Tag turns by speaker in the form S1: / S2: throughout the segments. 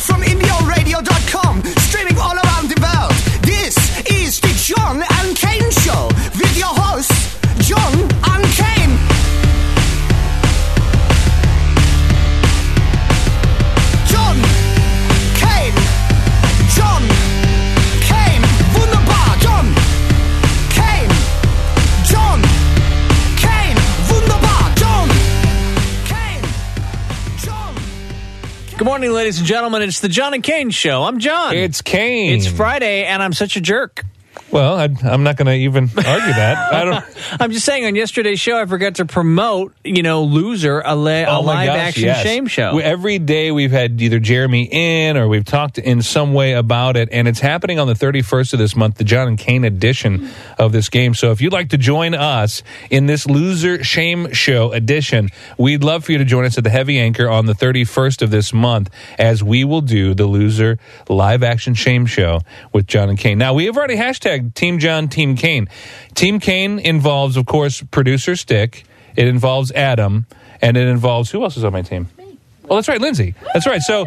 S1: from IndieOldRadio.com, streaming all around the world. This is the John and Kane Show with your hosts, John and Kane. John Kane. John Kane. Wunderbar. John Kane. John Kane. Wunderbar. John Kane. John.
S2: Good morning, ladies and gentlemen. It's the John and Kane Show. I'm John.
S3: It's Kane.
S2: It's Friday, and I'm such a jerk.
S3: Well, I, I'm not going to even argue that. I don't.
S2: I'm just saying. On yesterday's show, I forgot to promote, you know, Loser, a, la- a
S3: oh my
S2: live
S3: gosh,
S2: action
S3: yes.
S2: shame show.
S3: We- uh, every day we've had either Jeremy in or we've talked in some way about it, and it's happening on the 31st of this month, the John and Kane edition of this game. So if you'd like to join us in this loser shame show edition, we'd love for you to join us at the Heavy Anchor on the 31st of this month as we will do the loser live action shame show with John and Kane. Now we have already hashtagged Team John, Team Kane. Team Kane involves, of course, producer Stick. It involves Adam, and it involves who else is on my team? Oh, that's right, Lindsay. That's right. So,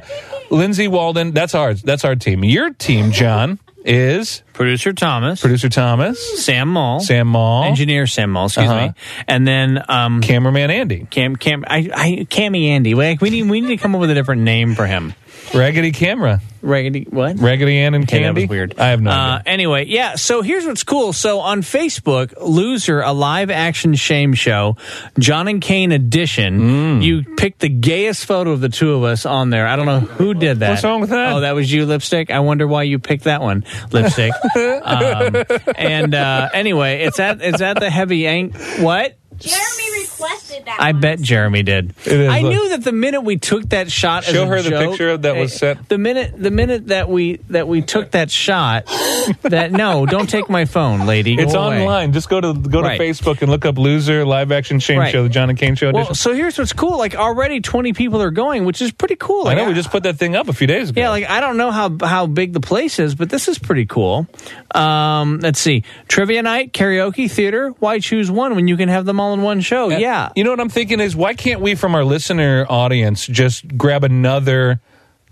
S3: Lindsay Walden. That's ours. That's our team. Your team, John, is
S2: Producer Thomas,
S3: producer Thomas,
S2: Sam Mall,
S3: Sam Mall,
S2: engineer Sam Mall, excuse
S3: Uh-huh.
S2: me, and then um,
S3: cameraman Andy,
S2: Cam, Cam, I, I, Cammy Andy. Like, we need, we need to come up with a different name for him.
S3: Raggedy Camera,
S2: Raggedy, what?
S3: Raggedy Ann, and
S2: Okay,
S3: Candy.
S2: that was weird.
S3: I have no
S2: uh,
S3: idea.
S2: Anyway, yeah. So here's what's cool. So on Facebook, Loser, a live action shame show, John and Kane
S3: Mm.
S2: edition. You picked the gayest photo of the two of us on there. I don't know who did that.
S3: What's wrong with that?
S2: Oh, that was you, lipstick. I wonder why you picked that one, lipstick. um, and uh, anyway, it's at it's at the heavy ank. What?
S4: Jeremy requested that.
S2: I
S4: one.
S2: bet Jeremy did.
S3: It is,
S2: I
S3: look.
S2: knew that the minute we took that shot. as
S3: Show
S2: a
S3: her the
S2: joke-
S3: picture that was
S2: eh,
S3: sent.
S2: The minute, the minute that we that we took that shot. that no, don't take my phone, lady.
S3: It's
S2: Go away.
S3: online. Just go to go
S2: Right.
S3: to Facebook and look up "Loser Live Action Shame
S2: Right.
S3: Show," the John and Kane Show edition.
S2: Well, so here's what's cool. Like already, twenty people are going, which is pretty cool.
S3: I
S2: Like,
S3: know we just put that thing up a few days ago.
S2: Yeah, like I don't know how how big the place is, but this is pretty cool. Um, let's see, trivia night, karaoke, theater. Why choose one when you can have them all in one show? yeah,
S3: You know what I'm thinking is why can't we from our listener audience just grab another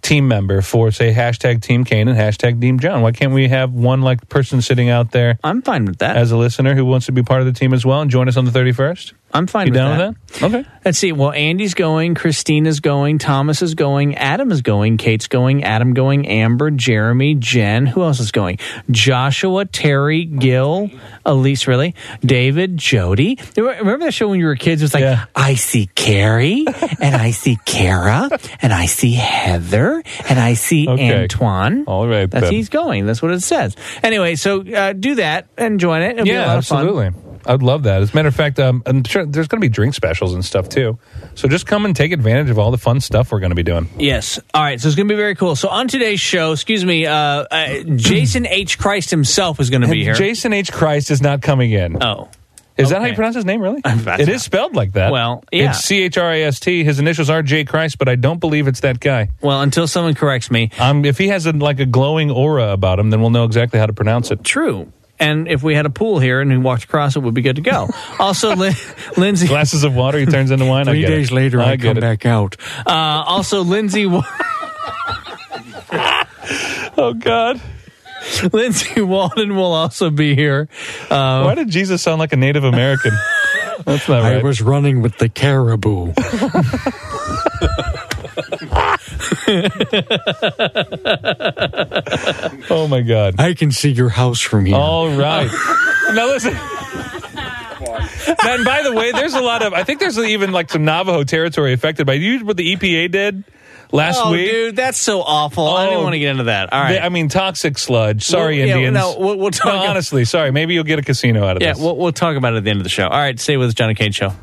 S3: team member for say hashtag Team Kane and hashtag Team John? Why can't we have one like person sitting out there
S2: I'm fine with that.
S3: as a listener who wants to be part of the team as well and join us on the 31st?
S2: I'm fine
S3: You
S2: with
S3: down
S2: that.
S3: with that? Okay.
S2: Let's see. Well, Andy's going, Christina's going, Thomas is going, Adam is going, Kate's going, Adam going, Amber, Jeremy, Jen. Who else is going? Joshua, Terry, Gil, Elise, really, David, Jody. There were- Remember that show when you were kids? It was like,
S3: Yeah.
S2: I see Carrie, and I see Kara, and I see Heather, and I see
S3: Okay.
S2: Antoine.
S3: All right,
S2: That's
S3: then.
S2: he's going. That's what it says. Anyway, so uh, do that and join it. It'll be a
S3: Yeah,
S2: lot of fun.
S3: absolutely. I'd love that. As a matter of fact, um, I'm sure there's going to be drink specials and stuff too. So just come and take advantage of all the fun stuff we're going to be doing.
S2: Yes. All right. So it's going to be very cool. So on today's show, excuse me, uh, uh, Jason H. Christ himself is going to be here.
S3: Jason H. Christ is not coming in.
S2: oh.
S3: Is that how
S2: Okay.
S3: you pronounce his name, really?
S2: That's
S3: It
S2: not-
S3: is spelled like that.
S2: Well, yeah.
S3: It's C H R I S T. His initials are J. Christ, but I don't believe it's that guy.
S2: Well, until someone corrects me.
S3: Um, if he has a, like a glowing aura about him, then we'll know exactly how to pronounce it.
S2: True. And if we had a pool here and we walked across it, would be good to go. also, Lin- Lindsay.
S3: Glasses of water, he turns into wine. I
S2: Three
S3: get
S2: days
S3: it.
S2: later, I,
S3: get
S2: come
S3: it.
S2: back out. Uh, also, Lindsay. Wa-
S3: Oh God!
S2: Lindsay Walden will also be here. Uh,
S3: Why did Jesus sound like a Native American? That's not
S5: I
S3: right.
S5: was running with the caribou.
S3: oh my God!
S5: I can see your house from here.
S3: All right. now listen. Now, and by the way, there's a lot of. I think there's even like some Navajo territory affected by. You what the EPA did last
S2: oh,
S3: week?
S2: dude, that's so awful. I didn't
S3: Oh.
S2: want to get into that. All right.
S3: They- I mean, toxic sludge. Sorry,
S2: Well, yeah,
S3: Indians.
S2: no, we'll- we'll talk-
S3: No, honestly, sorry. Maybe you'll get a casino out of
S2: yeah,
S3: this.
S2: we'll, we'll talk about it at the end of the show. All right. Stay with us, Johnny Cage Show.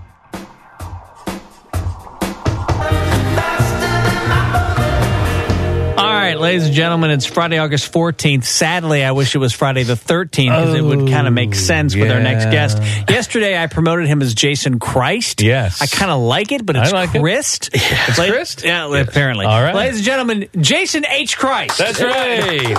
S2: All right, right, ladies and gentlemen, it's Friday, August 14th. Sadly, I wish it was Friday the 13th because it would kind of make sense with our next
S3: Oh, yeah.
S2: guest. Yesterday, I promoted him as Jason Christ.
S3: Yes.
S2: I kind of like it, but it's
S3: I like it.
S2: Christ. It's
S3: Christ?
S2: Yeah, apparently.
S3: All right.
S2: Ladies and gentlemen, Jason H. Christ.
S3: That's right.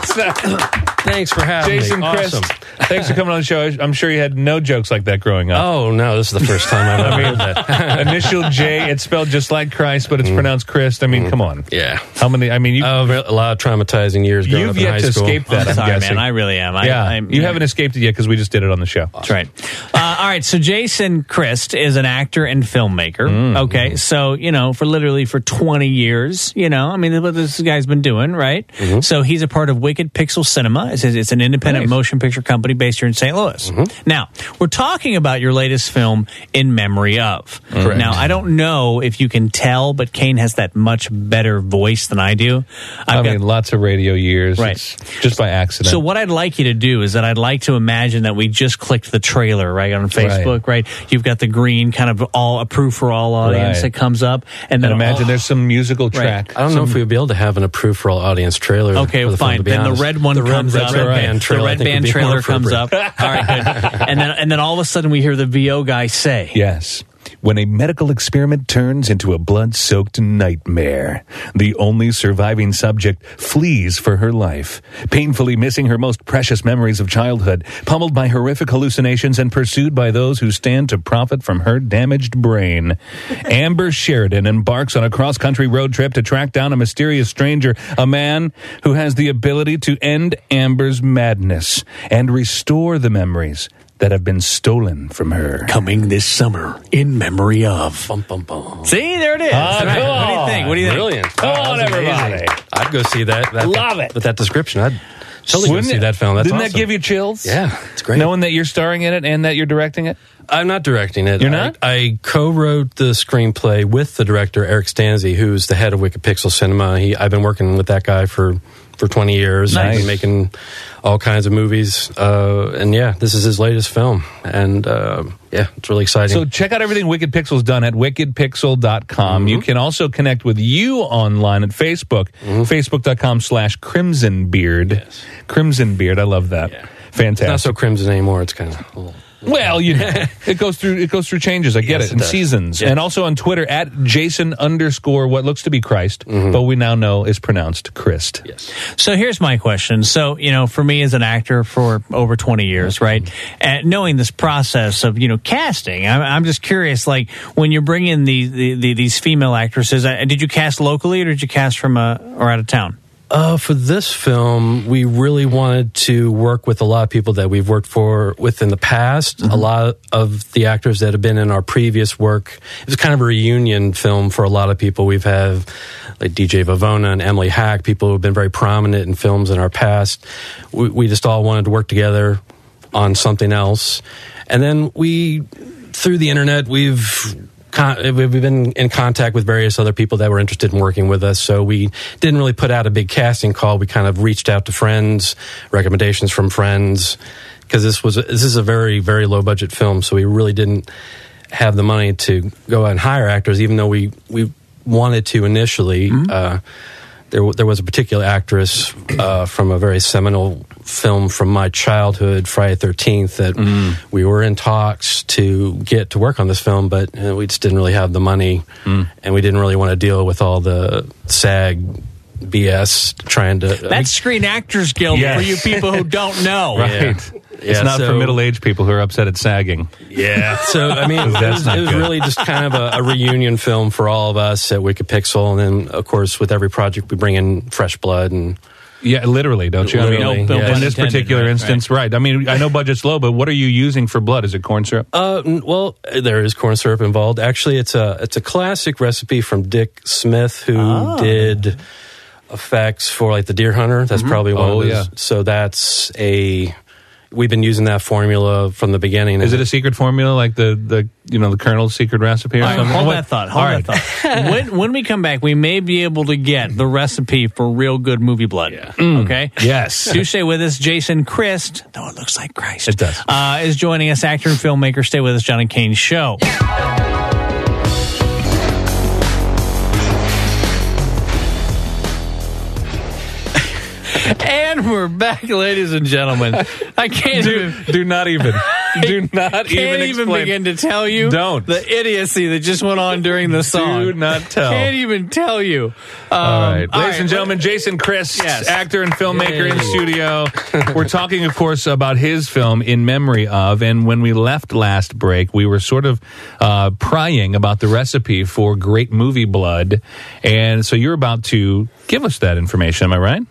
S6: Thanks for having
S3: Jason
S6: me.
S3: Chris,
S6: Awesome.
S3: thanks for coming on the show. I- I'm sure you had no jokes like that growing up.
S6: Oh no, this is the first time I've ever heard that.
S3: Initial J, it's spelled just like Christ, but it's pronounced Christ. I mean, come on.
S6: Yeah.
S3: How many? I mean, you,
S6: Oh, re- a lot of traumatizing years growing
S3: you've
S6: up in high
S3: yet to
S6: school.
S3: escape
S2: I'm
S3: that. I'm,
S2: sorry,
S3: guessing.
S2: man. I really am. I,
S3: yeah,
S2: I'm,
S3: you haven't escaped it yet because we just did it on the show.
S2: That's right. Uh, all right. So Jason Christ is an actor and filmmaker. Okay. So you know, for literally for twenty years, you know, I mean, that's what this guy's been doing, right? So he's a part of Wicked Pixel Cinema. It's, it's an independent motion picture company based here in St. Louis. Now we're talking about your latest film, In Memory of.
S6: Correct.
S2: Now I don't know if you can tell, but Kane has that much better voice than I do.
S3: I
S2: I've got
S3: mean, lots of radio years.
S2: Right.
S3: It's just by accident.
S2: so what I'd like you to do is that I'd like to imagine that we just clicked the trailer right on Facebook, right? You've got the green kind of all approved for all audience that
S3: Right.
S2: comes up, and then
S3: and imagine there's some musical track.
S6: I don't know if we'd be able to have an approved for all audience trailer.
S2: Okay,
S6: for the film,
S2: fine.
S6: to be
S2: then
S6: honest.
S2: the red one
S6: the red-
S2: comes
S6: red,
S2: up.
S6: Red band trailer,
S2: the
S6: I
S2: red
S6: think, would
S2: band
S6: be more
S2: trailer comes
S6: appropriate.
S2: up. All right, good. And then and then all of a sudden we hear the VO guy say,
S3: Yes. When a medical experiment turns into a blood soaked nightmare, the only surviving subject flees for her life, painfully missing her most precious memories of childhood, pummeled by horrific hallucinations and pursued by those who stand to profit from her damaged brain. Amber Sheridan embarks on a cross country road trip to track down a mysterious stranger, a man who has the ability to end Amber's madness and restore the memories that have been stolen from her.
S5: Coming this summer in memory of.
S6: Bum, bum, bum.
S2: "See, there it is."
S3: Ah,
S2: Right.
S3: come
S2: What do you think? What do you think?
S6: Brilliant.
S3: Come on,
S6: That was amazing.
S3: everybody.
S6: I'd go see that. that
S3: Love it.
S6: With that description, I'd totally go see that film. That's
S3: didn't that
S6: awesome.
S3: give you chills?
S6: Yeah, it's great.
S3: Knowing that you're starring in it and that you're directing it.
S6: I'm not directing it.
S3: You're
S6: I-
S3: not?
S6: I, co-wrote the screenplay with the director Eric Stanzi, who's the head of Wicked Pixel Cinema. He, I've been working with that guy for for 20 years. I've been
S3: Nice.
S6: making all kinds of movies, uh, and yeah, this is his latest film, and uh, yeah, it's really exciting.
S3: So check out everything Wicked Pixel's done at wickedpixel.com. You
S6: Mm-hmm.
S3: can also connect with you online at Facebook, facebook.com slash crimson beard. Crimson beard, I love that. Fantastic.
S6: not so crimson anymore. It's kind of a little
S3: Well, you know, it goes through it goes through changes. I get
S6: Yes,
S3: it,
S6: it
S3: and
S6: does.
S3: seasons,
S6: Yeah.
S3: and also on Twitter at Jason underscore what looks to be Christ,
S6: Mm-hmm.
S3: but we now know is pronounced Christ.
S6: yes.
S2: So here's my question. So, you know, for me as an actor for over 20 years, right? And knowing this process of, you know, casting, I'm, I'm just curious, like, when you bring in the, the, the, these female actresses, uh, did you cast locally or did you cast from, uh, or out of town?
S6: Uh, for this film, we really wanted to work with a lot of people that we've worked for with in the past. A lot of the actors that have been in our previous work. It was kind of a reunion film for a lot of people. We've had like DJ Vavona and Emily Hack, people who have been very prominent in films in our past. We, we just all wanted to work together on something else, and then we through the internet we've con- we've been in contact with various other people that were interested in working with us. So we didn't really put out a big casting call. We kind of reached out to friends, recommendations from friends, because this was this is a very very low budget film. So we really didn't have the money to go out and hire actors, even though we we wanted to initially. Uh, there, w- there was a particular actress uh, from a very seminal film from my childhood, Friday Thirteenth, that
S3: Mm-hmm.
S6: we were in talks to get to work on this film, but uh, we just didn't really have the money,
S3: Mm.
S6: and we didn't really want to deal with all the SAG BS trying to.
S2: That's Screen Actors Guild for
S3: Yes.
S2: you people who don't know.
S3: Right. It's
S6: Yeah,
S3: not for
S6: so-
S3: middle aged people who are upset at sagging.
S6: Yeah. So I mean, it
S3: That's
S6: was,
S3: not
S6: it was
S3: good.
S6: really just kind of a, a reunion film for all of us at Wikipixel, and then of course with every project we bring in fresh blood and
S3: Yeah, literally, don't you? I
S6: Literally,
S3: mean,
S6: No pun
S3: in this
S2: intended,
S3: particular
S2: right,
S3: instance, right. I mean, I know budget's low, but what are you using for blood? Is it corn syrup?
S6: Uh, n- well, there is corn syrup involved. Actually, it's a it's a classic recipe from Dick Smith, who
S3: Ah.
S6: did effects for like the Deer Hunter. That's probably one.
S3: Oh,
S6: of those.
S3: yeah.
S6: So that's a we've been using that formula from the beginning.
S3: Is it a secret formula like the, the you know the Colonel's secret recipe or
S2: All right,
S3: something?
S2: hold
S3: What-
S2: that thought. Hold
S3: All
S2: that thought. when, when we come back, we may be able to get the recipe for real good movie blood. Okay.
S3: Yes.
S2: Touche with us, Jason Christ, though it looks like Christ.
S3: It does.
S2: Uh, is joining us, actor and filmmaker. Stay with us, John and Kane's show. And we're back, ladies and gentlemen. I can't
S3: do,
S2: even,
S3: do not even. Do not
S2: can't
S3: even
S2: even
S3: explain.
S2: begin to tell you
S3: Don't.
S2: the idiocy that just went on during the song.
S3: Do not tell.
S2: Can't even tell you. Um,
S3: all right. Ladies
S2: all right,
S3: and gentlemen, Jason Chris,
S2: Yes.
S3: actor and filmmaker in
S6: Yay.
S3: studio. We're talking, of course, about his film In Memory of. And when we left last break, we were sort of uh, prying about the recipe for great movie blood. And so you're about to give us that information, am I right?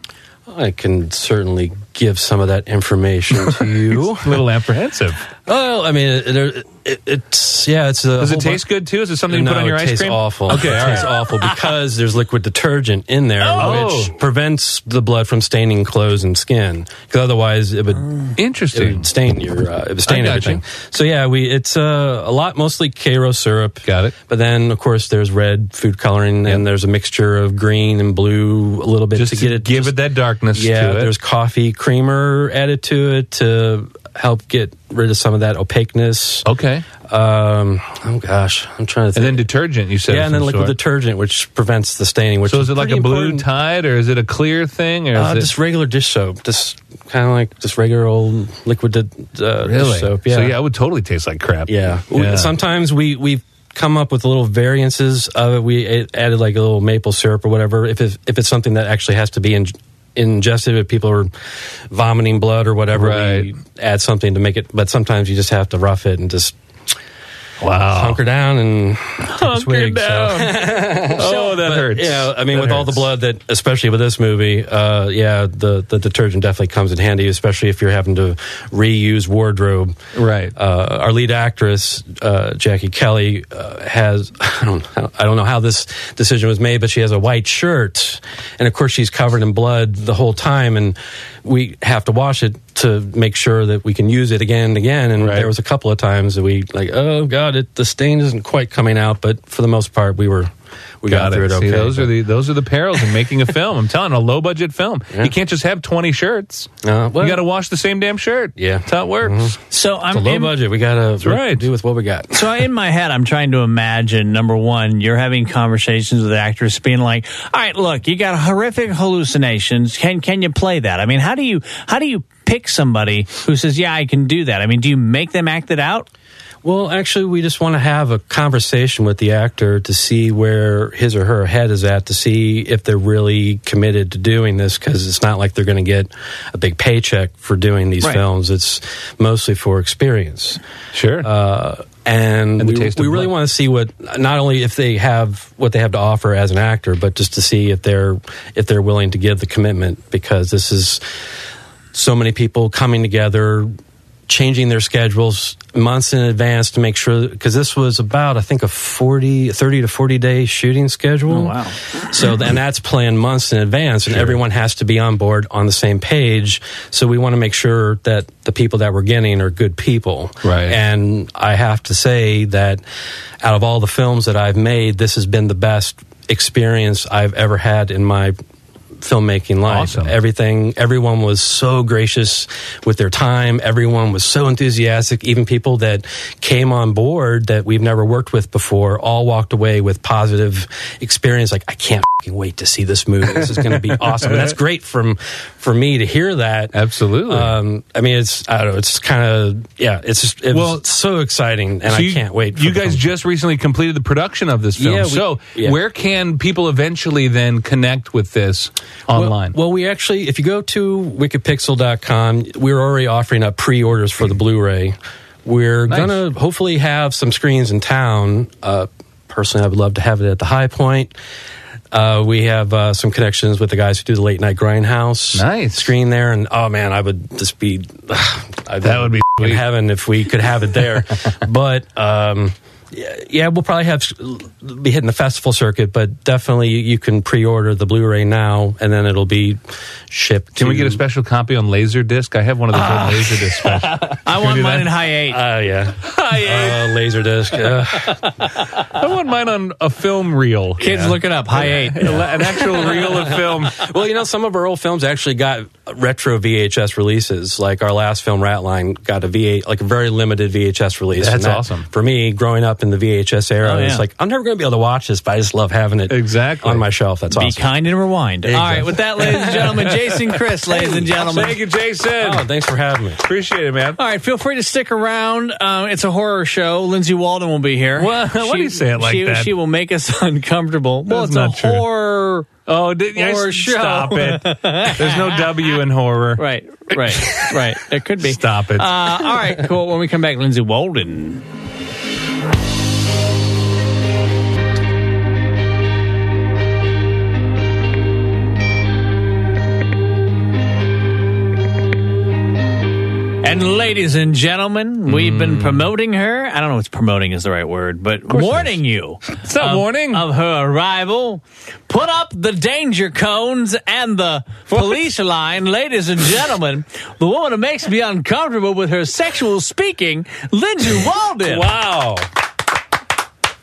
S6: I can certainly give some of that information to you.
S3: A little apprehensive.
S6: well, I mean, it, it, it, it's yeah, it's a.
S3: Does
S6: whole
S3: it taste
S6: bu-
S3: good too? Is it something you
S6: no,
S3: put on your
S6: it
S3: ice
S6: tastes
S3: cream?
S6: awful.
S3: Okay,
S6: it
S3: all
S6: tastes
S3: right.
S6: awful because there's liquid detergent in there,
S3: Oh.
S6: which prevents the blood from staining clothes and skin. Because otherwise, it would it
S3: Interesting.
S6: would stain your uh, it would
S3: I
S6: stain
S3: got
S6: everything.
S3: you.
S6: So yeah, we it's uh, a lot mostly Cairo syrup.
S3: Got it.
S6: But then of course there's red food coloring and there's a mixture of green and blue a little bit
S3: Just
S6: to get it
S3: give
S6: just-
S3: it that darkness
S6: Yeah,
S3: to it.
S6: there's coffee creamer added to it to help get rid of some of that opaqueness.
S3: Okay.
S6: Um, oh gosh, I'm trying to
S3: Oh. And
S6: think.
S3: then detergent, you said.
S6: yeah,
S3: of
S6: and then
S3: some
S6: liquid
S3: sort.
S6: detergent, which prevents the staining. Which
S3: So is it like
S6: pretty
S3: a blue
S6: important.
S3: tide, or is it a clear thing, or is
S6: Uh,
S3: it
S6: just regular dish soap, just kind of like just regular old liquid di- uh,
S3: really?
S6: dish soap.
S3: So yeah, it would totally taste like crap.
S6: Yeah. We- Sometimes we we've come up with little variances of it. We a- added like a little maple syrup or whatever. If it's, if it's something that actually has to be in, ingested, if people are vomiting blood or whatever,
S3: Right.
S6: we add something to make it. But sometimes you just have to rough it and just
S3: wow.
S6: hunker down and hunker
S3: oh, that hurts.
S6: Yeah, I mean,
S3: That
S6: with all the
S3: hurts.
S6: blood that, especially with this movie, uh, yeah, the, the detergent definitely comes in handy, especially if you're having to reuse wardrobe.
S3: Right.
S6: Uh, our lead actress, uh, Jackie Kelly, uh, has I don't I don't know how this decision was made, but she has a white shirt, and of course she's covered in blood the whole time, and we have to wash it to make sure that we can use it again and again. And
S3: Right.
S6: there was a couple of times that we like, oh god, it, the stain isn't quite coming out, but for the most part, we were we
S3: Got
S6: got, through
S3: it.
S6: it okay.
S3: See, those are
S6: but-
S3: the those are the perils in making a film. I'm telling you, a low budget film.
S6: Yeah.
S3: You can't just have 20 shirts.
S6: Uh, well-
S3: you got to wash the same damn shirt.
S6: Yeah. Mm-hmm.
S3: that's how it works.
S2: So I'm
S6: It's a low
S2: in-
S6: budget. We gotta
S3: right.
S6: do with what we got.
S2: So in my head, I'm trying to imagine number one, you're having conversations with the actress, being like, "All right, look, you got horrific hallucinations. Can can you play that? I mean, how do you how do you pick somebody who says, "Yeah, I can do that"? I mean, do you make them act it out?
S6: Well, actually, we just want to have a conversation with the actor to see where his or her head is at, to see if they're really committed to doing this, because it's not like they're going to get a big paycheck for doing these
S2: Right.
S6: films. It's mostly for experience.
S3: Sure.
S6: Uh, and
S3: And the
S6: we,
S3: taste of
S6: we really
S3: blood.
S6: want to see what not only if they have what they have to offer as an actor, but just to see if they're if they're willing to give the commitment because this is so many people coming together, changing their schedules months in advance to make sure because this was about I think a 40, 30 to forty day shooting schedule.
S3: Oh,
S6: So and that's planned months in advance, and everyone has to be on board on the same page. So we want to make sure that the people that we're getting are good people.
S3: Right.
S6: And I have to say that out of all the films that I've made, this has been the best experience I've ever had in my filmmaking life.
S3: Awesome.
S6: Everything, everyone was so gracious with their time. Everyone was so enthusiastic. Even people that came on board that we've never worked with before all walked away with positive experience. Like, I can't fing wait to see this movie. This is going to be awesome. And that's great from for me to hear that.
S3: Absolutely.
S6: Um, I mean, it's I don't know. It's kind of yeah. It's just it
S3: Well,
S6: was so exciting, and
S3: So you-
S6: I can't wait. for
S3: You
S6: the
S3: guys
S6: film.
S3: just recently completed the production of this film.
S6: Yeah, we-
S3: so
S6: yeah.
S3: where can people eventually then connect with this online?
S6: Well, well, we actually, if you go to wikipixel.com, we're already offering up pre orders for the Blu ray. We're
S3: Nice.
S6: going to hopefully have some screens in town. Uh, personally, I would love to have it at the High Point. Uh, we have uh, some connections with the guys who do the late night grindhouse
S3: Nice.
S6: screen there, and oh man, I would just be that
S3: would be
S6: in
S3: sweet.
S6: heaven if we could have it there. but um, yeah, yeah, we'll probably have be hitting the festival circuit, but definitely you, you can pre-order the Blu-ray now, and then it'll be shipped.
S3: can we
S6: to-
S3: get a special copy on Laserdisc? I have one of those old Laserdisc specials.
S2: I want
S3: do
S2: mine
S3: that?
S2: in high eight.
S6: Oh yeah, uh, laser disc. Uh,
S3: I want mine on a film reel.
S2: Kids, look it up. High eight.
S3: An actual reel of film.
S6: well, you know, some of our old films actually got retro VHS releases. Like our last film, Ratline, got a V8, like a very limited VHS release.
S3: That's
S6: And that,
S3: awesome.
S6: For me, growing up up in the VHS era.
S2: Oh,
S6: and
S2: yeah.
S6: It's like I'm never going to be able to watch this, but I just love having it
S3: Exactly.
S6: on my shelf. That's
S2: Be
S6: awesome.
S2: kind and rewind. All right,
S6: Exactly.
S2: with that, ladies and gentlemen, Jason Chris, ladies and gentlemen.
S3: Thank you, Jason.
S6: Oh, thanks for having me.
S3: Appreciate it, man.
S2: All right, feel free to stick around. Um, it's a horror show. Lindsay Walden will be here.
S3: Wha- why do you say it like
S2: she,
S3: that?
S2: She will make us uncomfortable. well,
S3: That's
S2: it's
S3: not
S2: a
S3: true.
S2: horror.
S3: Oh, did, yes,
S2: Or show.
S3: stop it. There's no W in horror.
S2: Right, right, right. It could be.
S3: Stop it.
S2: Uh, all right, cool. When we come back, Lindsay Walden. And ladies and gentlemen, we've been
S3: Mm.
S2: promoting her. I don't know if promoting is the right word, but warning you.
S3: it's not
S2: of-
S3: warning.
S2: of her arrival. Put up the danger cones and the police line, ladies and gentlemen. the woman who makes me uncomfortable with her sexual speaking, Lindsay Walden.
S3: wow.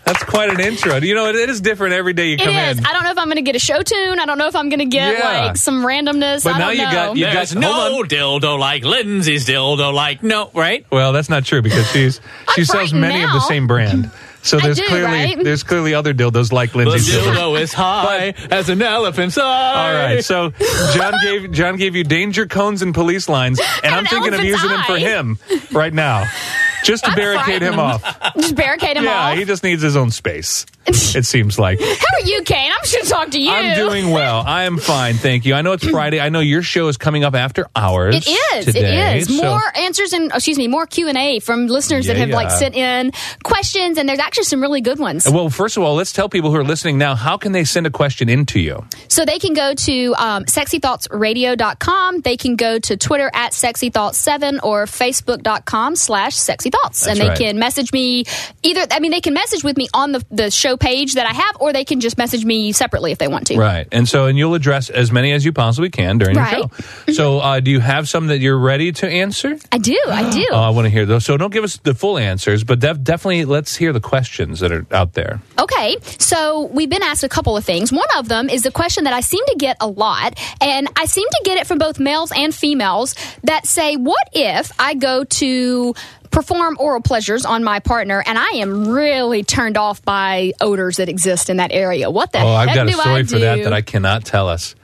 S3: That's quite an intro. You know, it, it is different every day you
S7: It
S3: come
S7: is.
S3: in.
S7: I don't know if I'm going to get a show tune. I don't know if I'm going to get
S3: Yeah.
S7: like some randomness.
S3: But
S7: I
S3: now
S7: don't
S3: you
S7: know.
S3: got- you got-
S2: There's
S3: Hold
S2: no
S3: on.
S2: dildo like Lindsay's dildo like no, right?
S3: Well, that's not true because she's she
S7: I'm
S3: sells
S7: frightened
S3: many of the
S7: now.
S3: same brand. So
S7: I
S3: there's
S7: do,
S3: clearly
S7: right?
S3: there's clearly other dildos like
S2: The
S3: Lindsay's dildos.
S2: dildo is high as an elephant's
S3: All
S2: eye.
S3: right, so John gave John gave you danger cones and police lines, and I'm
S7: an
S3: thinking of
S7: elephant's
S3: using them for
S7: eye.
S3: him right now, just to barricade him
S7: frightened.
S3: off.
S7: just barricade him
S3: Yeah,
S7: off.
S3: he just needs his own space. It seems like.
S7: How are you, Kane? I'm just going to talk to you.
S3: I'm doing well. I am fine, thank you. I know it's Friday. I know your show is coming up after hours.
S7: It is.
S3: today,
S7: it is
S3: so-
S7: more answers and oh, excuse me, more Q and A from listeners that have like
S3: Yeah.
S7: sent in questions, and there's actually some really good ones.
S3: Well, first of all, let's tell people who are listening now how can they send a question into you?
S7: So they can go to um, sexythoughtsradio.com. They can go to Twitter at sexythoughts7 or facebook.com slash sexythoughts. and they
S3: right.
S7: can message me either. I mean, they can message with me on the, the show page that I have, or they can just message me separately if they want to.
S3: Right. And so, and you'll address as many as you possibly can during
S7: Right. Mm-hmm.
S3: the show. So, uh, do you have some that you're ready to answer?
S7: I do. I do.
S3: Oh, I want to hear those. So don't give us the full answers, but def- definitely let's hear the questions that are out there.
S7: Okay, so we've been asked a couple of things. One of them is the question that I seem to get a lot, and I seem to get it from both males and females that say, What if I go to perform oral pleasures on my partner and I am really turned off by odors that exist in that area? What the
S3: Oh,
S7: heck
S3: I've got a
S7: do I
S3: story
S7: do?
S3: for that that I cannot tell us.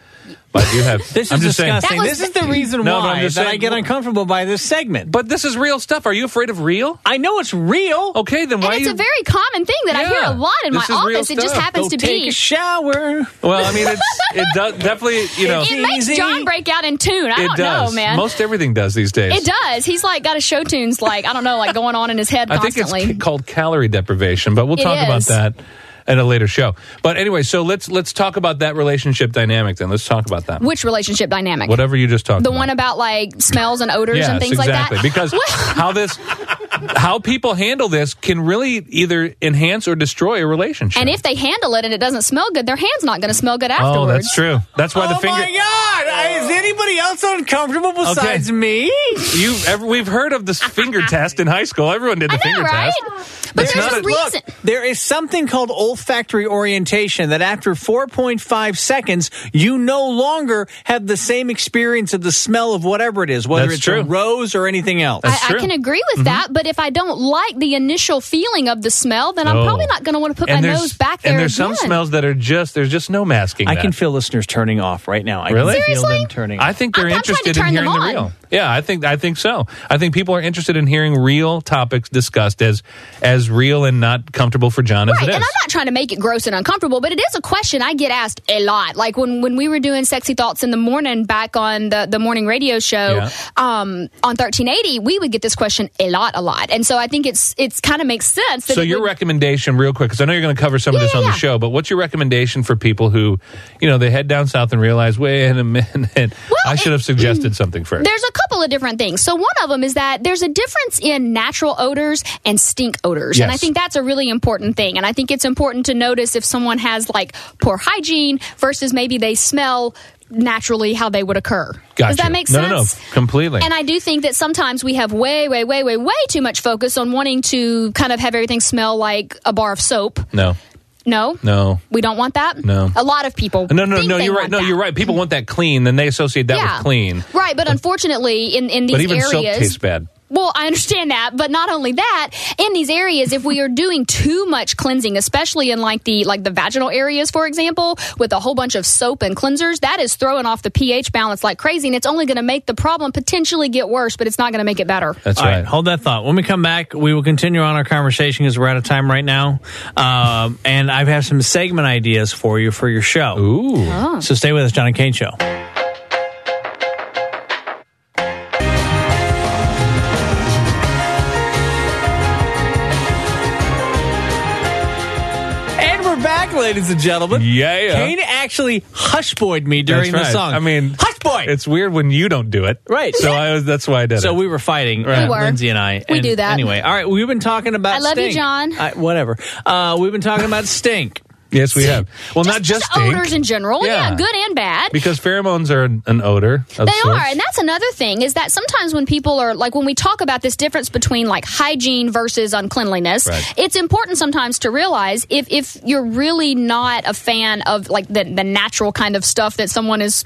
S3: But you have.
S2: This
S3: I'm
S2: is
S3: just saying.
S2: disgusting.
S7: That was-
S2: this is the reason
S3: No, but I'm
S2: why that
S3: just
S2: I
S3: saying-
S2: get uncomfortable by this segment. But
S3: But this is real stuff. Are you afraid of real?
S2: I know it's real.
S3: Okay, then
S7: and
S3: why
S7: it's
S3: you?
S7: a very common thing that I hear
S3: Yeah,
S7: a lot in
S3: this
S7: my
S3: is real
S7: office. It just
S3: stuff.
S2: Go
S7: happens to
S2: take
S7: be.
S2: a shower.
S3: well, I mean, it's it does definitely. You know,
S7: it makes
S2: Easy.
S7: John break out in tune. I
S3: it
S7: don't
S3: does.
S7: know, man.
S3: Most everything does these days.
S7: it does. He's like got a show tunes like I don't know, like going on in his head
S3: I think
S7: constantly.
S3: it's ca- called calorie deprivation, but we'll
S7: It
S3: talk about
S7: is.
S3: that at a later show. But anyway, so let's let's talk about that relationship dynamic. Then let's talk about that.
S7: Which relationship dynamic?
S3: Whatever you just talked
S7: the
S3: about.
S7: one about like smells and odors and things
S3: exactly.
S7: like that.
S3: Because how this, how people handle this can really either enhance or destroy a relationship.
S7: and if they handle it and it doesn't smell good, their hand's not going to smell good afterwards.
S3: oh, that's true. That's why the
S2: oh
S3: finger.
S2: my god! Is anybody else uncomfortable besides me?
S3: You ever, we've heard of this finger test in high school. Everyone did the
S7: I know,
S3: finger
S7: right?
S3: test.
S7: But
S3: It's
S7: there's
S3: not
S7: a
S3: a-
S7: reason.
S2: There is something called olfactory orientation that after 4.5 seconds, you no longer have the same experience of the smell of whatever it is, whether
S3: That's
S2: it's
S3: true.
S2: a rose or anything else.
S3: That's
S7: I,
S3: true. Mm-hmm.
S7: I can agree with that, but if I don't like the initial feeling of the smell, then
S3: Oh.
S7: I'm probably not going to want to put
S3: and
S7: my
S3: there's-
S7: nose back there
S3: And there's
S7: again.
S3: some smells that are just there's just no masking.
S2: I
S3: that.
S2: can feel listeners turning off right now. I can
S3: Really?
S2: feel
S7: Seriously?
S2: them turning
S3: I
S2: off.
S3: think they're
S7: I'm- I'm trying to
S3: interested in
S7: turn them
S3: hearing the
S7: on.
S3: real. Yeah, I think I think so. I think people are interested in hearing real topics discussed as as real and not comfortable for John as
S7: Right,
S3: it is.
S7: and I'm not trying to make it gross and uncomfortable, but it is a question I get asked a lot. Like when, when we were doing Sexy Thoughts in the Morning back on the, the morning radio show
S3: Yeah.
S7: um, on 1380, we would get this question a lot, a lot. And so I think it's it's kind of makes sense. That
S3: So
S7: it
S3: your
S7: would-
S3: recommendation, real quick, because I know you're going to cover some of
S7: Yeah,
S3: this
S7: yeah,
S3: on the
S7: yeah.
S3: show. But what's your recommendation for people who, you know, they head down south and realize, wait a minute, I should have suggested something first.
S7: There's a couple of different things. So one of them is that there's a difference in natural odors and stink odors, and I
S3: Yes.
S7: think that's a really important thing. And I think it's important to notice if someone has like poor hygiene versus maybe they smell naturally how they would occur.
S3: Gotcha.
S7: Does that make
S3: No,
S7: sense?
S3: no, no, completely.
S7: And I do think that sometimes we have way, way, way, way, way too much focus on wanting to kind of have everything smell like a bar of soap.
S3: No,
S7: No.
S3: no.
S7: We don't want that.
S3: No.
S7: A lot of people.
S3: No, no,
S7: think
S3: no!
S7: they
S3: You're right.
S7: want
S3: No,
S7: that.
S3: you're right. People want that clean, then they associate that with clean.
S7: Right, but unfortunately, in in these
S3: But even soap
S7: areas,
S3: tastes bad.
S7: Well, I understand that, but not only that, in these areas, if we are doing too much cleansing, especially in like the like the vaginal areas, for example, with a whole bunch of soap and cleansers, that is throwing off the pH balance like crazy, and it's only going to make the problem potentially get worse, but it's not going to make it better.
S3: That's
S2: All right.
S3: right.
S2: hold that thought. When we come back, we will continue on our conversation because we're out of time right now. Um, and I have some segment ideas for you for your show.
S3: Ooh.
S2: So stay with us, John and Kane Show. And we're back, Ladies and gentlemen,
S3: Yeah.
S2: Kane actually hush boyed me during
S3: That's
S2: the
S3: right.
S2: song.
S3: I mean,
S2: hush boy.
S3: It's weird when you don't do it.
S2: Right.
S3: So I was, that's why I did
S2: So
S3: it.
S2: we were fighting,
S3: Right.
S2: uh,
S7: We were.
S2: Lindsay and I.
S7: We
S2: and
S7: do that.
S2: anyway. All right, we've been talking about.
S7: I love you,
S2: stink.
S7: John.
S2: I, whatever. Uh, we've been talking about stink.
S3: yes, we have. Well, not just, stink,
S7: odors in general,
S3: Yeah.
S7: yeah, good and bad.
S3: because pheromones are an, an odor. Of
S7: They
S3: sorts.
S7: are, and that's another thing is that sometimes when people are like when we talk about this difference between like hygiene versus uncleanliness,
S3: Right.
S7: it's important sometimes to realize if if you're really not a fan of like the the natural kind of stuff that someone is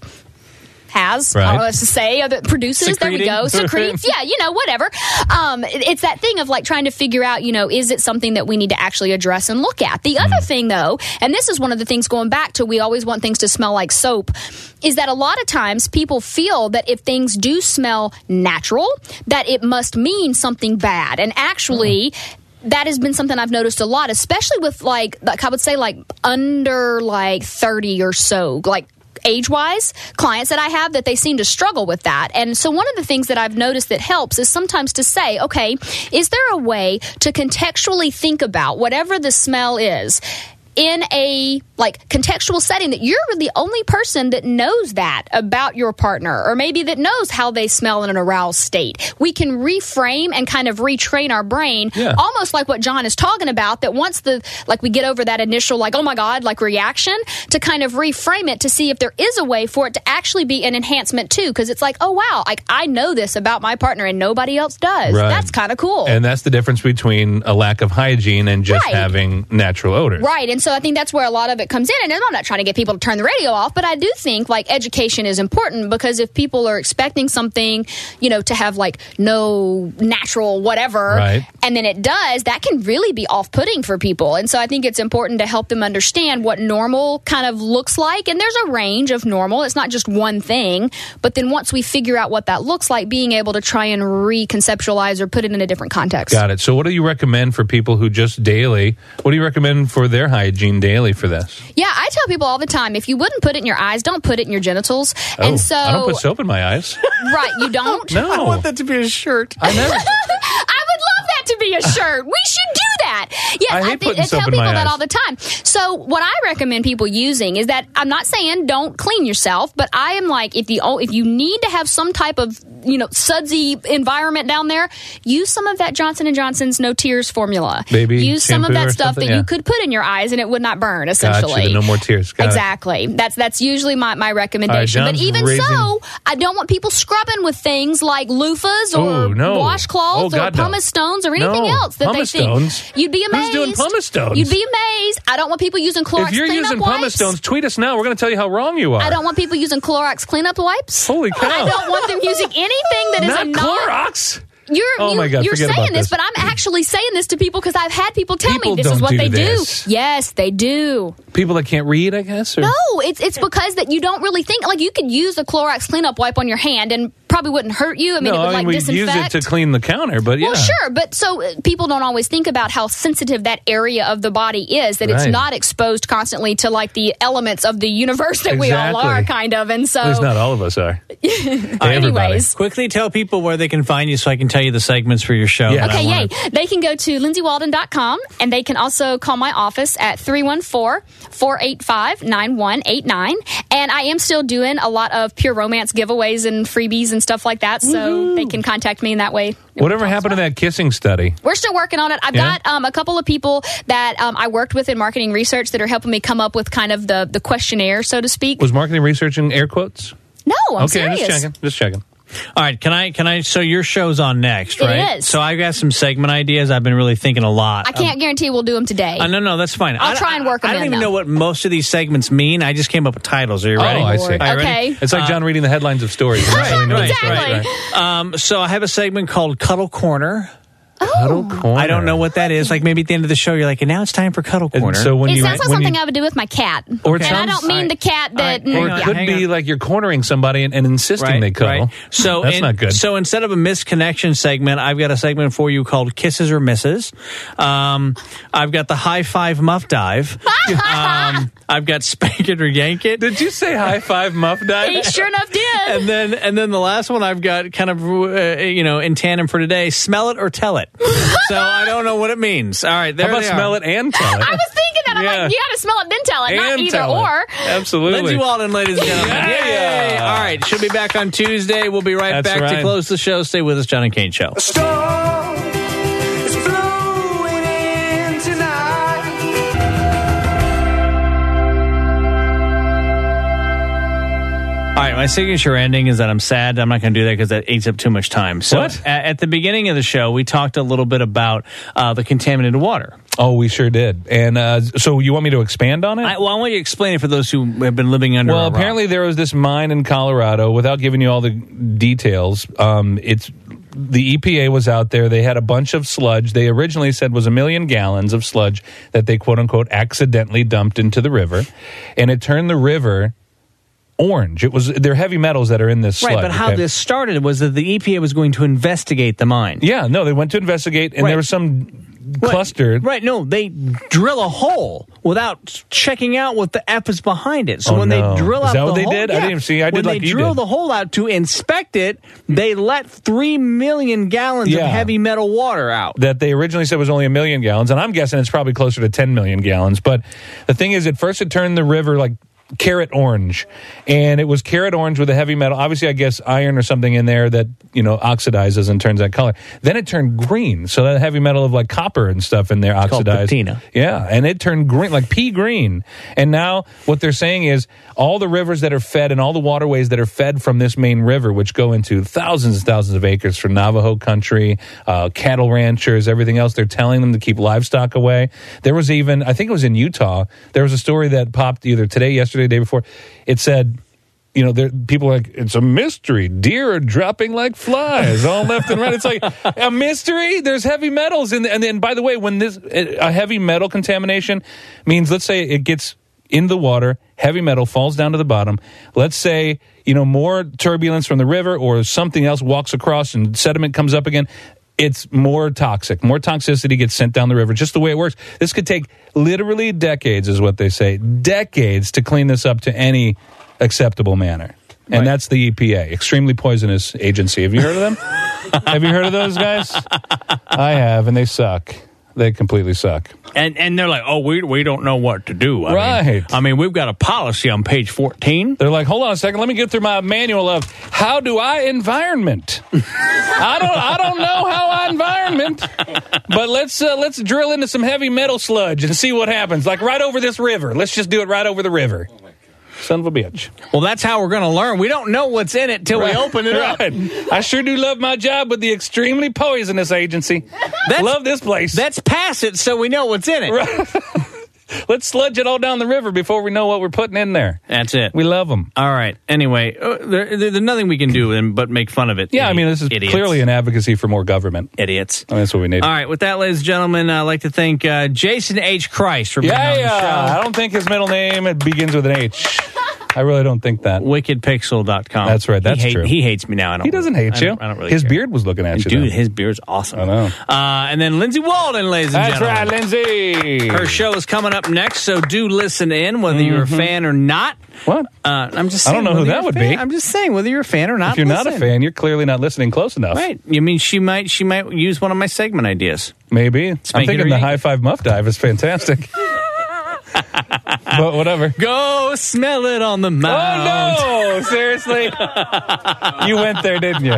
S7: has I don't know
S3: Right.
S7: what else to say or that produces
S2: Secreting.
S7: there we go secretes yeah you know whatever um, it- it's that thing of like trying to figure out you know is it something that we need to actually address and look at the other thing though and this is one of the things going back to we always want things to smell like soap is that a lot of times people feel that if things do smell natural that it must mean something bad and actually that has been something I've noticed a lot, especially with like, like I would say like under like 30 or so, like age wise clients that I have that they seem to struggle with that. And so one of the things that I've noticed that helps is sometimes to say, okay, is there a way to contextually think about whatever the smell is? in a like contextual setting that you're the only person that knows that about your partner or maybe that knows how they smell in an aroused state we can reframe and kind of retrain our brain
S3: Yeah.
S7: almost like what john is talking about that once the like we get over that initial like oh my god like reaction to kind of reframe it to see if there is a way for it to actually be an enhancement too because it's like oh wow like i know this about my partner and nobody else does
S3: Right.
S7: that's kind of cool
S3: And that's the difference between a lack of hygiene and just
S7: Right.
S3: having natural odors.
S7: Right. And so I think that's where a lot of it comes in. And I'm not trying to get people to turn the radio off, but I do think like education is important because if people are expecting something, you know, to have like no natural whatever,
S3: Right.
S7: and then it does, that can really be off putting for people. And so I think it's important to help them understand what normal kind of looks like. And there's a range of normal, it's not just one thing. But then once we figure out what that looks like, being able to try and reconceptualize or put it in a different context.
S3: Got it. So, what do you recommend for people who just daily? What do you recommend for their hygiene daily for this?
S7: Yeah, I tell people all the time if you wouldn't put it in your eyes, don't put it in your genitals.
S3: Oh,
S7: and so,
S3: I don't put soap in my eyes.
S7: right, you don't.
S3: No,
S2: I want that to be a shirt.
S3: I never.
S7: I would love that to be a shirt. We should do that. Yes,
S3: I
S7: I,
S3: hate
S7: think
S3: putting
S7: I
S3: soap
S7: tell
S3: in
S7: people
S3: my
S7: that
S3: eyes.
S7: all the time. So what I recommend people using is that I'm not saying don't clean yourself, but I am like if the oh, if you need to have some type of you know sudsy environment down there, use some of that Johnson and Johnson's No Tears formula.
S3: Baby
S7: use some of
S3: shampoo or
S7: that stuff
S3: something?
S7: that
S3: Yeah.
S7: you could put in your eyes and it would not burn. Essentially,
S3: the no more tears. Got it.
S7: exactly. That's that's usually my my recommendation. but
S3: John's
S7: even
S3: raising-
S7: so, I don't want people scrubbing with things like loofahs or
S3: Ooh, no.
S7: washcloths
S3: Oh,
S7: or
S3: God, no.
S7: pumice stones or anything
S3: No.
S7: else that
S3: Pumice
S7: they think
S3: stones?
S7: you'd be
S3: Who's
S7: amazed.
S3: doing pumice stones?
S7: You'd be amazed. I don't want people using Clorox
S3: if you're
S7: cleanup
S3: using
S7: wipes.
S3: pumice stones, tweet us now. We're going to tell you how wrong you are.
S7: I don't want people using Clorox cleanup wipes.
S3: Holy cow!
S7: I don't want them using anything that is
S3: Oh, Not
S7: a non-
S3: Clorox.
S7: You're,
S3: Oh,
S7: you're,
S3: my God,
S7: you're
S3: forget
S7: saying
S3: about this.
S7: but I'm actually saying this to people because I've had people tell
S3: People
S7: me this
S3: don't
S7: is what
S3: do
S7: they
S3: this.
S7: do. Yes, they do.
S3: People that can't read, I guess. Or?
S7: No, it's it's because that you don't really think like you could use a Clorox cleanup wipe on your hand and probably wouldn't hurt you. I mean,
S3: No,
S7: it would
S3: I mean
S7: like
S3: we
S7: disinfect.
S3: use it to clean the counter, but yeah,
S7: Well, sure, but so uh, people don't always think about how sensitive that area of the body is, that
S3: Right.
S7: it's not exposed constantly to like the elements of the universe that we all
S3: Exactly.
S7: are, kind of. And so,
S3: At least not all of us are. everybody.
S7: anyways.
S2: Quickly tell people where they can find you so I can tell you the segments for your show.
S3: Yeah.
S2: that I
S7: Okay,
S2: wanna-
S7: yay. They can go to lindsaywalden.com and they can also call my office at 314-485-9189. And I am still doing a lot of pure romance giveaways and freebies and stuff like that, so they can contact me in that way.
S3: Whatever happened to that kissing study?
S7: We're still working on it. I've
S3: Yeah?
S7: got um, a couple of people that um, I worked with in marketing research that are helping me come up with kind of the, the questionnaire, so to speak.
S3: Was marketing research in air quotes?
S7: no, I'm
S3: okay,
S7: serious.
S3: just checking. Just checking.
S2: All right, can I can I so your show's on next,
S7: It
S2: right?
S7: is.
S2: So I've got some segment ideas. I've been really thinking a lot.
S7: I
S3: Um,
S7: can't guarantee we'll do them today.
S2: Uh, no, no, that's fine.
S7: I'll
S2: I-
S7: try and work 'em
S2: I, I don't
S7: in,
S2: even
S7: though.
S2: know what most of these segments mean. I just came up with titles. Are you ready?
S3: Oh, I see.
S7: Lord.
S2: All right, ready?
S7: Okay.
S3: It's like John reading the headlines of stories.
S2: Right, right,
S7: Exactly.
S2: right, right. Um, so Uh, I have a segment called Cuddle Corner.
S7: Oh,
S2: I don't know what that is. Like maybe at the end of the show, you're like, and now it's time for Cuddle
S3: And
S2: Corner.
S3: So when
S7: it
S3: you
S7: sounds like
S3: when you-
S7: something I would do with my cat.
S3: Or it
S7: and I
S3: sounds-
S7: don't mean
S2: Alright.
S7: the cat
S2: Alright,
S7: that.
S2: hang
S3: or it
S2: on,
S3: could
S2: hang
S3: be
S2: on.
S3: like you're cornering somebody and, and insisting they cuddle.
S2: So
S3: that's
S2: in-
S3: not good.
S2: So instead of a misconnection segment, I've got a segment for you called Kisses or Misses. Um, I've got the high five muff dive. um, I've got spank it or yank it.
S3: Did you say high five, muff
S7: He
S3: dive?
S7: sure enough did.
S2: And then and then the last one I've got kind of uh, you know in tandem for today: smell it or tell it. so I don't know what it means. All right, there
S3: How about
S2: they are.
S3: smell it and tell
S7: I
S3: it?
S7: was thinking that. I'm
S3: Yeah.
S7: like, you got to smell it, then tell it, not
S3: and
S7: either
S3: tell
S7: or.
S3: It. Absolutely.
S2: Lindsay Walden, ladies and gentlemen.
S3: Yeah.
S2: Yay. All right, she'll be back on Tuesday. We'll be right
S3: That's
S2: back to
S3: right.
S2: close the show. Stay with us, John and Kane Show.
S1: Storm is blowing in tonight.
S2: All right, my signature ending is that I'm sad. I'm not going to do that because that eats up too much time. So
S3: What?
S2: a- At, the beginning of the show, we talked a little bit about uh, the contaminated water.
S3: Oh, we sure did. And uh, so you want me to expand on it?
S2: I, well, I want you to explain it for those who have been living under. a
S3: well,
S2: rock.
S3: apparently there was this mine in Colorado. Without giving you all the details, um, it's the EPA was out there. They had a bunch of sludge. They originally said was a million gallons of sludge that they quote unquote accidentally dumped into the river, and it turned the river orange. It was they're heavy metals that are in this sludge.
S2: right. But how
S3: okay?
S2: this started was that the EPA was going to investigate the mine.
S3: Yeah, no, they went to investigate, and
S2: Right.
S3: there was some cluster.
S2: Right, right, no, they drill a hole without checking out what the F is behind it. So
S3: Oh,
S2: when
S3: no.
S2: they drill
S3: Is
S2: out
S3: that
S2: the
S3: what they
S2: hole,
S3: did? I
S2: Yeah.
S3: didn't even see. I did
S2: when
S3: like
S2: they
S3: you
S2: drill
S3: did.
S2: the hole out to inspect it, they let three million gallons
S3: Yeah.
S2: of heavy metal water out.
S3: that they originally said was only a million gallons, and I'm guessing it's probably closer to 10 million gallons. But the thing is, at first it turned the river like carrot orange, and it was carrot orange with a heavy metal. Obviously, I guess iron or something in there that you know oxidizes and turns that color. Then it turned green, so that heavy metal of like copper and stuff in there
S2: called
S3: oxidized.
S2: patina.
S3: Yeah, and it turned green, like pea green. And now what they're saying is all the rivers that are fed and all the waterways that are fed from this main river, which go into thousands and thousands of acres for Navajo country, uh, cattle ranchers, everything else, they're telling them to keep livestock away. There was even, I think it was in Utah, there was a story that popped either today, yesterday, the day before. It said, you know, there, people are like, it's a mystery. Deer are dropping like flies all left and right. It's like a mystery. There's heavy metals in the, and then by the way, when this a heavy metal contamination means, let's say it gets in the water, heavy metal falls down to the bottom. Let's say you know more turbulence from the river or something else walks across and sediment comes up again. It's more toxic. More toxicity gets sent down the river. Just the way it works. This could take literally decades, is what they say. Decades to clean this up to any acceptable manner. And that's the EPA, Extremely Poisonous Agency. Have you heard of them? have you heard of those guys? I have, and they suck. They completely suck.
S2: And and they're like, oh, we we don't know what to do. I Mean,
S3: Right.
S2: I mean, we've got a policy on page fourteen.
S3: They're like, hold on a second, let me get through my manual of how do I environment. I don't, I don't know how I environment, but let's uh, let's drill into some heavy metal sludge and see what happens. Like right over this river. Let's just do it right over the river. Son of a bitch.
S2: Well, that's how we're going to learn. We don't know what's in it till we open it up.
S3: Right. I sure do love my job with the extremely poisonous agency.
S2: That's-
S3: love this place.
S2: Let's pass it so we know what's in it.
S3: Let's sludge it all down the river before we know what we're putting in there.
S2: That's it.
S3: We love them.
S2: All right. Anyway, uh, there, there- there's nothing we can do and- but make fun of it.
S3: Yeah, I mean, this is
S2: Idiots.
S3: clearly an advocacy for more government.
S2: idiots.
S3: I mean, that's what we need.
S2: All right. With that, ladies and gentlemen, I'd like to thank uh, Jason H. Christ for being
S3: Yeah,
S2: on the
S3: yeah.
S2: show.
S3: I don't think his middle name it begins with an H. I really don't think that.
S2: WickedPixel.com.
S3: That's right,
S2: He
S3: that's
S2: hate-
S3: true.
S2: He hates me now. I don't
S3: He doesn't hate
S2: I
S3: you.
S2: don't- I don't really
S3: his
S2: care.
S3: beard was looking at you.
S2: Dude,
S3: then.
S2: his beard's awesome.
S3: I know.
S2: Uh, and then Lindsay Walden, ladies and
S3: that's
S2: gentlemen.
S3: right, Lindsay. Mm-hmm.
S2: Her show is coming up next, so do listen in, whether you're a fan or not.
S3: What?
S2: Uh, I'm just.
S3: I
S2: Saying,
S3: don't know
S2: whether
S3: who that
S2: you're a
S3: would
S2: fan-
S3: be.
S2: I'm just saying whether you're a fan or not.
S3: if you're not a
S2: listen.
S3: fan, you're clearly not listening close enough.
S2: right? You mean she might she might use one of my segment ideas?
S3: Maybe. I'm
S2: it or
S3: thinking the
S2: yank
S3: high five muff dive is fantastic. but whatever.
S2: Go smell it on the mound.
S3: Oh no! Seriously, you went there, didn't you?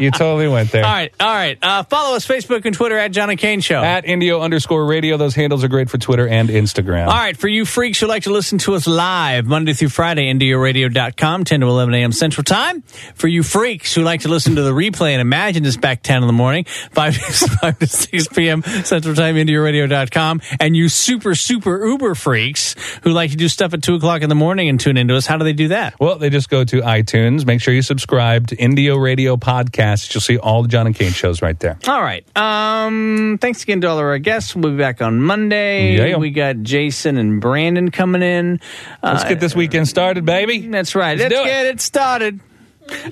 S3: You totally went there.
S2: All right, all right. Uh, follow us Facebook and Twitter at John and Kane Show.
S3: At Indio underscore radio, those handles are great for Twitter and Instagram.
S2: all right, for you freaks who like to listen to us live Monday through Friday, indioradio.com, 10 to 11 a.m. Central Time. For you freaks who like to listen to the replay and imagine this back 10 in the morning, 5, 5 to 6 p.m. Central Time, indioradio.com. And you super, super uber freaks who like to do stuff at 2 o'clock in the morning and tune into us, how do they do that?
S3: Well, they just go to iTunes. Make sure you subscribe to Indio Radio Podcast. You'll see all the John and Kane shows right there.
S2: All right. Um, thanks again to all of our guests. We'll be back on Monday.
S3: Yeah.
S2: We got Jason and Brandon coming in. Uh,
S3: Let's get this weekend started, baby.
S2: That's right. Let's,
S3: do it.
S2: get it. started.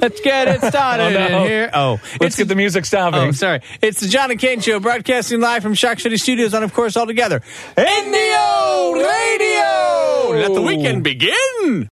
S2: Let's get it started
S3: Oh, no.
S2: in here. Oh,
S3: Let's
S2: it's
S3: get the music stopping.
S2: Oh, sorry. It's the John and Kane Show, broadcasting live from Shock City Studios, and of course, all together, Indio Radio. Let the weekend begin.